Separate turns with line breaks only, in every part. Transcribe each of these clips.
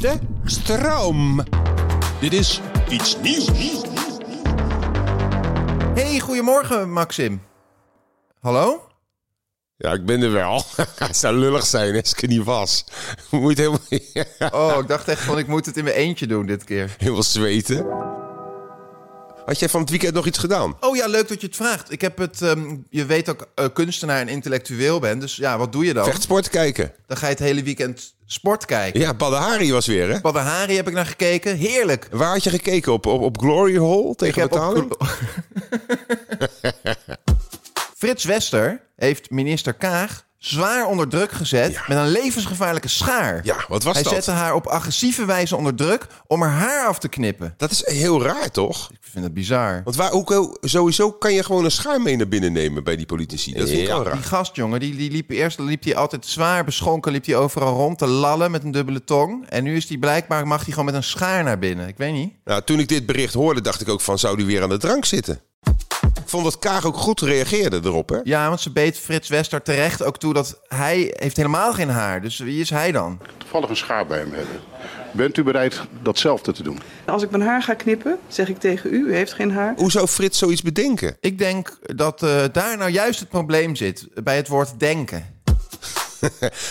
de stroom. Dit is iets nieuws.
Hey, goedemorgen Maxim. Hallo?
Ja, ik ben er wel. Het zou lullig zijn als ik er niet was. Moet je helemaal,
Oh, ik dacht echt van ik moet het in mijn eentje doen dit keer.
helemaal zweten. Had jij van het weekend nog iets gedaan?
Oh ja, leuk dat je het vraagt. Ik heb het, ehm, je weet dat ik eh, kunstenaar en intellectueel ben, dus ja, wat doe je dan?
Vechtsport kijken.
Dan ga je het hele weekend sport kijken.
Ja, Badahari was weer, hè?
Badahari heb ik naar gekeken, heerlijk.
Waar had je gekeken? Op, op, op Glory Hall
Ik
tegen
heb op-
betaling?
Frits Wester heeft minister Kaag zwaar onder druk gezet
Ja.
met een levensgevaarlijke schaar.
Ja, wat was
Hij
dat?
zette haar op agressieve wijze onder druk om haar haar af te knippen.
Dat is heel raar, toch?
Ik vind dat bizar.
Want waar, ook, sowieso kan je gewoon een schaar mee naar binnen nemen bij die politici. Dat vind ik wel
Die
raar.
gast, jongen, die, die liep eerst liep hij altijd zwaar beschonken, liep hij overal rond te lallen met een dubbele tong. En nu is hij blijkbaar, mag hij gewoon met een schaar naar binnen. Ik weet niet.
Nou, toen ik dit bericht hoorde, dacht ik ook van, zou die weer aan de drank zitten? Ik vond dat Kaag ook goed reageerde erop, hè?
Ja, want ze beet Frits Wester terecht ook toe dat hij heeft helemaal geen haar. Dus wie is hij dan?
toevallig een schaar bij hem hebben. Bent u bereid datzelfde te doen?
Als ik mijn haar ga knippen, zeg ik tegen u, u heeft geen haar.
Hoe zou Frits zoiets bedenken?
Ik denk dat eh, daar nou juist het probleem zit, bij het woord denken.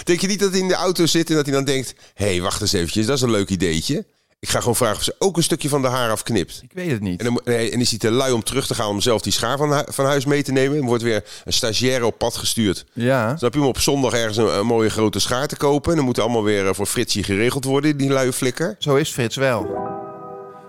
Denk je niet dat hij in de auto zit en dat hij dan denkt... hé, hey, wacht eens eventjes, dat is een leuk ideetje. Ik ga gewoon vragen of ze ook een stukje van de haar afknipt.
Ik weet het niet.
En, dan, moet- nee, en is hij te lui om terug te gaan om zelf die schaar van, hu- van huis mee te nemen... en wordt weer een stagiaire op pad gestuurd.
Ja.
Snap je, om op zondag ergens een, een mooie grote schaar te kopen... en dan moet er allemaal weer eh, voor Fritsie geregeld worden, die luie flikker.
Zo is Frits wel.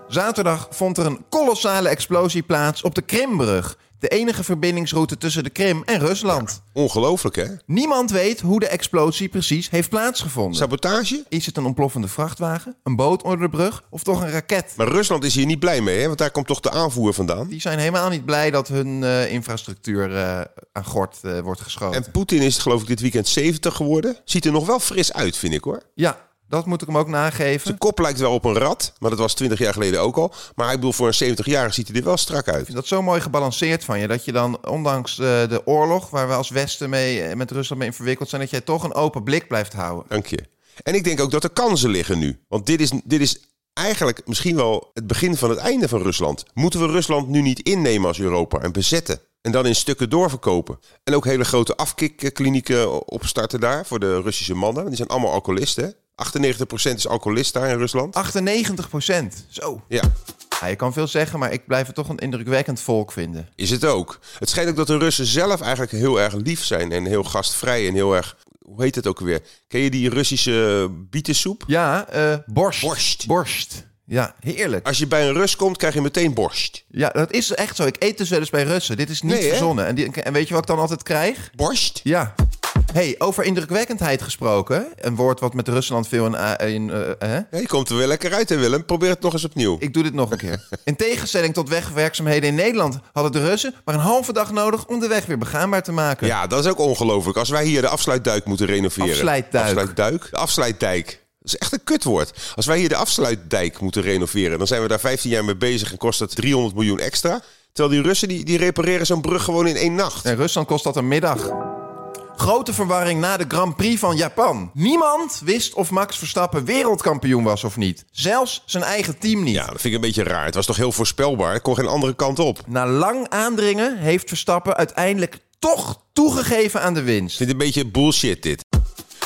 Zaterdag vond er een kolossale explosie plaats op de Krimbrug. De enige verbindingsroute tussen de Krim en Rusland.
Ongelooflijk, hè?
Niemand weet hoe de explosie precies heeft plaatsgevonden.
Sabotage?
Is het een ontploffende vrachtwagen, een boot onder de brug of toch een raket?
Maar Rusland is hier niet blij mee, hè? Want daar komt toch de aanvoer vandaan?
Die zijn helemaal niet blij dat hun eh, infrastructuur eh, aan gort eh, wordt geschoten.
En Poetin is, geloof ik, dit weekend 70 geworden. Ziet er nog wel fris uit, vind ik, hoor.
Ja, dat moet ik hem ook nageven.
Zijn
Ik
kop lijkt wel op een rat, maar dat was 20 jaar geleden ook al. Maar ik bedoel, voor een 70-jarige ziet hij er wel strak uit.
vind dat zo mooi gebalanceerd van je. Dat je dan, ondanks eh, de oorlog waar we als Westen mee, eh, met Rusland mee in verwikkeld zijn... dat jij toch een open blik blijft houden.
Dank je. En ik denk ook dat er kansen liggen nu. Want dit is, dit is eigenlijk misschien wel het begin van het einde van Rusland. Moeten we Rusland nu niet innemen als Europa en bezetten? En dan in stukken doorverkopen. En ook hele grote afkikklinieken opstarten daar voor de Russische mannen. Die zijn allemaal alcoholisten. hè? 98% is alcoholist daar in Rusland.
98 procent. Zo.
Ja,
Ja, je kan veel zeggen, maar ik blijf het toch een indrukwekkend volk vinden.
Is het ook. Het schijnt ook dat de Russen zelf eigenlijk heel erg lief zijn en heel gastvrij en heel erg. Hoe heet het ook weer? Ken je die Russische bietensoep?
Ja, eh, borst.
Borst.
Borst. Ja, heerlijk.
Als je bij een Rus komt, krijg je meteen borst.
Ja, dat is echt zo. Ik eet dus wel eens bij Russen. Dit is niet
Nee, hè?
verzonnen. En, die, en weet je wat ik dan altijd krijg?
Borst?
Ja. hey, over indrukwekkendheid gesproken. Een woord wat met Rusland veel in... a- in eh, hè?
Ja, je komt er weer lekker uit, hè Willem? Probeer het nog eens opnieuw.
Ik doe dit nog een keer. In tegenstelling tot wegwerkzaamheden in Nederland... hadden de Russen maar een halve dag nodig... om de weg weer begaanbaar te maken.
Ja, dat is ook ongelooflijk. Als wij hier de afsluitduik moeten renoveren.
Afsluitduik.
Afsluitduik? De afsluitdijk. Dat is echt een kutwoord. Als wij hier de afsluitdijk moeten renoveren, dan zijn we daar 15 jaar mee bezig en kost dat 300 miljoen extra. Terwijl die Russen die, die repareren zo'n brug gewoon in één nacht.
In Rusland kost dat een middag. Grote verwarring na de Grand Prix van Japan. Niemand wist of Max Verstappen wereldkampioen was of niet. Zelfs zijn eigen team niet.
Ja, dat vind ik een beetje raar. Het was toch heel voorspelbaar? Ik kon geen andere kant op. Ik
Na lang aandringen heeft Verstappen uiteindelijk toch toegegeven aan de winst.
vind het een beetje bullshit dit.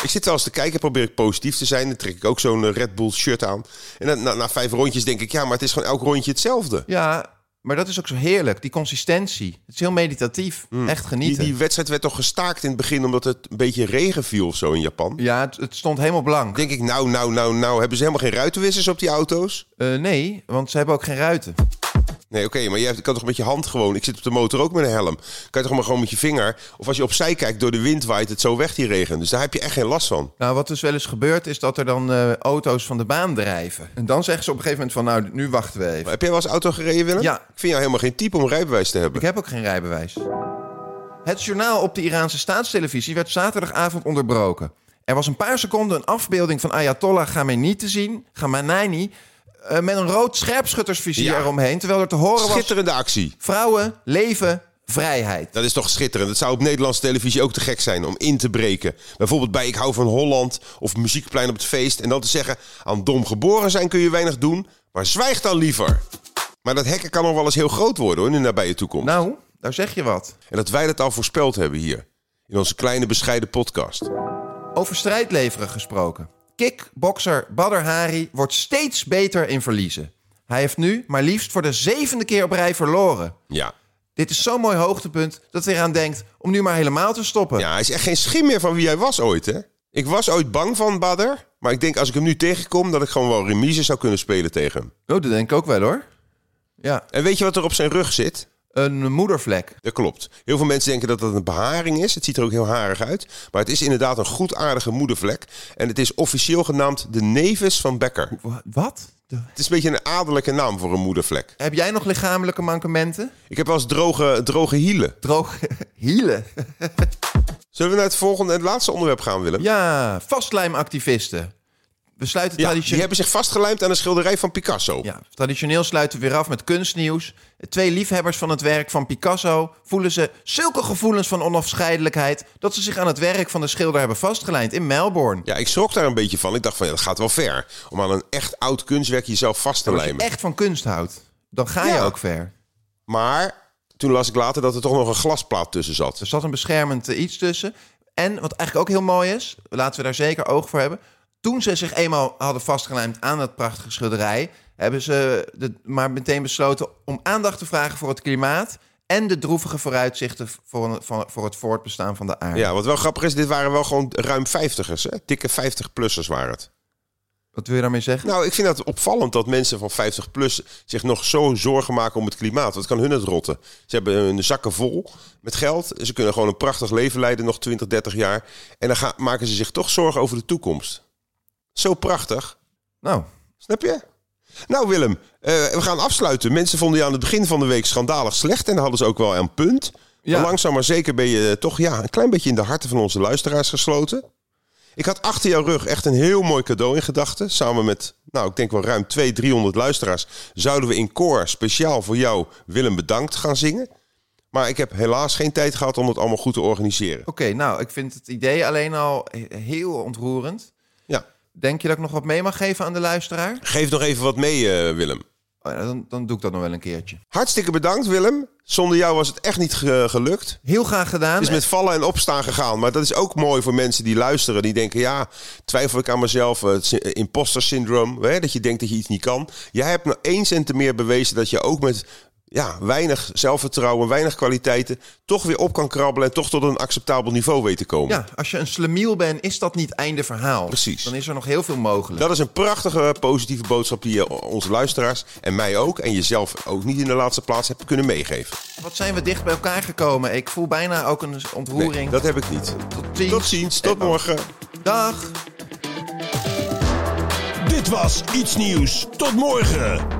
Ik zit wel eens te kijken, probeer ik positief te zijn. Dan trek ik ook zo'n eh, Red Bull shirt aan. En dan, na, na vijf rondjes denk ik, ja, maar het is gewoon elk rondje hetzelfde.
Ja, maar dat is ook zo heerlijk. Die consistentie. Het is heel meditatief. Echt
Mm. Die,
genieten.
die wedstrijd werd toch gestaakt in het begin omdat het een beetje regen viel of zo in Japan?
Ja, het, het stond helemaal blank.
Denk ik, nou, nou, nou, nou, hebben ze helemaal geen ruitenwissers op die auto's?
Eh, nee, want ze hebben ook geen ruiten.
Nee, oké, maar jij kan toch met je hand gewoon... Ik zit op de motor ook met een helm. Kan je toch maar gewoon met je vinger... Of als je opzij kijkt door de wind waait het zo weg die regen. Dus daar heb je echt geen last van.
Nou, wat dus wel eens gebeurt, is dat er dan eh, auto's van de baan drijven. En dan zeggen ze op een gegeven moment van, nou, nu wachten we even.
Maar heb jij wel eens auto gereden, Willem?
Ja.
Ik vind jou helemaal geen type om rijbewijs te hebben.
Ik heb ook geen rijbewijs. Het journaal op de Iraanse staatstelevisie werd zaterdagavond onderbroken. Er was een paar seconden een afbeelding van Ayatollah Khamenei te zien, Khamenei, eh, met een rood scherpschuttersvizier
Ja.
eromheen, terwijl er te horen was:
Schitterende actie.
vrouwen, leven, vrijheid.
Dat is toch schitterend. Het zou op Nederlandse televisie ook te gek zijn om in te breken. Bijvoorbeeld bij Ik hou van Holland of Muziekplein op het feest. En dan te zeggen, aan dom geboren zijn kun je weinig doen. Maar zwijg dan liever. Maar dat hekken kan nog wel eens heel groot worden hoor, in de nabije toekomst.
Nou, daar zeg je wat.
En dat wij dat al voorspeld hebben hier. In onze kleine bescheiden podcast.
Over strijdleveren gesproken. Kickbokser Badr Hari wordt steeds beter in verliezen. Hij heeft nu maar liefst voor de zevende keer op rij verloren.
Ja.
Dit is zo'n mooi hoogtepunt dat hij eraan denkt om nu maar helemaal te stoppen.
ja, hij is echt geen schim meer van wie hij was ooit hè. Ik was ooit bang van Badr. Maar ik denk als ik hem nu tegenkom dat ik gewoon wel remise zou kunnen spelen tegen hem.
Oh, dat denk ik ook wel hoor. Ja,
En weet je wat er op zijn rug zit?
een moedervlek.
Dat klopt. Heel veel mensen denken dat dat een beharing is. Het ziet er ook heel harig uit. Maar het is inderdaad een goed aardige moedervlek. En het is officieel genaamd de Nevis van Becker.
Wa- Wat? De-
Het is een beetje een adellijke naam voor een moedervlek.
Heb jij nog lichamelijke mankementen?
Ik heb wel eens droge, droge hielen.
Droog hielen.
Zullen we naar het volgende en het laatste onderwerp gaan, Willem?
Ja, vastlijmactivisten. We
Ja,
sluiten
die
traditioneel...
hebben zich vastgelijmd aan een schilderij van Picasso.
Ja, traditioneel sluiten we weer af met kunstnieuws. Twee liefhebbers van het werk van Picasso voelen ze zulke gevoelens van onafscheidelijkheid dat ze zich aan het werk van de schilder hebben vastgelijnd in Melbourne.
Ja, ik schrok daar een beetje van. Ik dacht van, ja, dat gaat wel ver. Om aan een echt oud kunstwerk jezelf vast te
Als je
lijmen.
echt van kunst houdt, dan ga je
Ja.
ook ver.
Maar toen las ik later dat er toch nog een glasplaat tussen zat.
Er zat een beschermend eh, iets tussen. En wat eigenlijk ook heel mooi is, laten we daar zeker oog voor hebben. Toen ze zich eenmaal hadden vastgelijmd aan dat prachtige schilderij, hebben ze de, maar meteen besloten om aandacht te vragen voor het klimaat en de droevige vooruitzichten voor, van, voor het voortbestaan van de aarde.
Ja, wat wel grappig is, dit waren wel gewoon ruim 50ers. Hè? Dikke 50-plussers waren het.
Wat wil je daarmee zeggen?
Nou, ik vind dat opvallend dat mensen van 50 plus zich nog zo zorgen maken om het klimaat. Wat kan hun het rotten? Ze hebben hun zakken vol met geld. Ze kunnen gewoon een prachtig leven leiden nog 20, 30 jaar. En dan gaan, maken ze zich toch zorgen over de toekomst. Zo prachtig.
Nou,
Snap je? Nou Willem, eh, we gaan afsluiten. Mensen vonden je aan het begin van de week schandalig slecht. En daar hadden ze ook wel een punt.
Ja.
Maar langzaam maar zeker ben je eh, toch ja, een klein beetje in de harten van onze luisteraars gesloten. Ik had achter jouw rug echt een heel mooi cadeau in gedachten. Samen met, nou ik denk wel ruim 200, 300 luisteraars... zouden we in koor speciaal voor jou Willem Bedankt gaan zingen. Maar ik heb helaas geen tijd gehad om dat allemaal goed te organiseren.
oké, nou, ik vind het idee alleen al he- heel ontroerend.
Ja.
Denk je dat ik nog wat mee mag geven aan de luisteraar?
Geef nog even wat mee eh, Willem.
Oh ja, dan, dan doe ik dat nog wel een keertje.
Hartstikke bedankt Willem. Zonder jou was het echt niet ge- gelukt.
Heel graag gedaan.
Het is met vallen en opstaan gegaan. Maar dat is ook mooi voor mensen die luisteren. Die denken, ja, twijfel ik aan mezelf. eh, Het sy- eh, imposter syndroom. Hè, dat je denkt dat je iets niet kan. Jij hebt nou één cent te meer bewezen dat je ook met ja, weinig zelfvertrouwen, weinig kwaliteiten... toch weer op kan krabbelen en toch tot een acceptabel niveau weet te komen.
Ja, als je een slemiel bent, is dat niet einde verhaal.
Precies.
Dan is er nog heel veel mogelijk.
Dat is een prachtige eh, positieve boodschap die je onze luisteraars en mij ook... en jezelf ook niet in de laatste plaats hebt kunnen meegeven.
Wat zijn we dicht bij elkaar gekomen? Ik voel bijna ook een
Nee,
ontroering.
dat heb ik niet.
Tot ziens.
Tot ziens, tot morgen.
Dag.
Dit was Iets Nieuws. Tot morgen.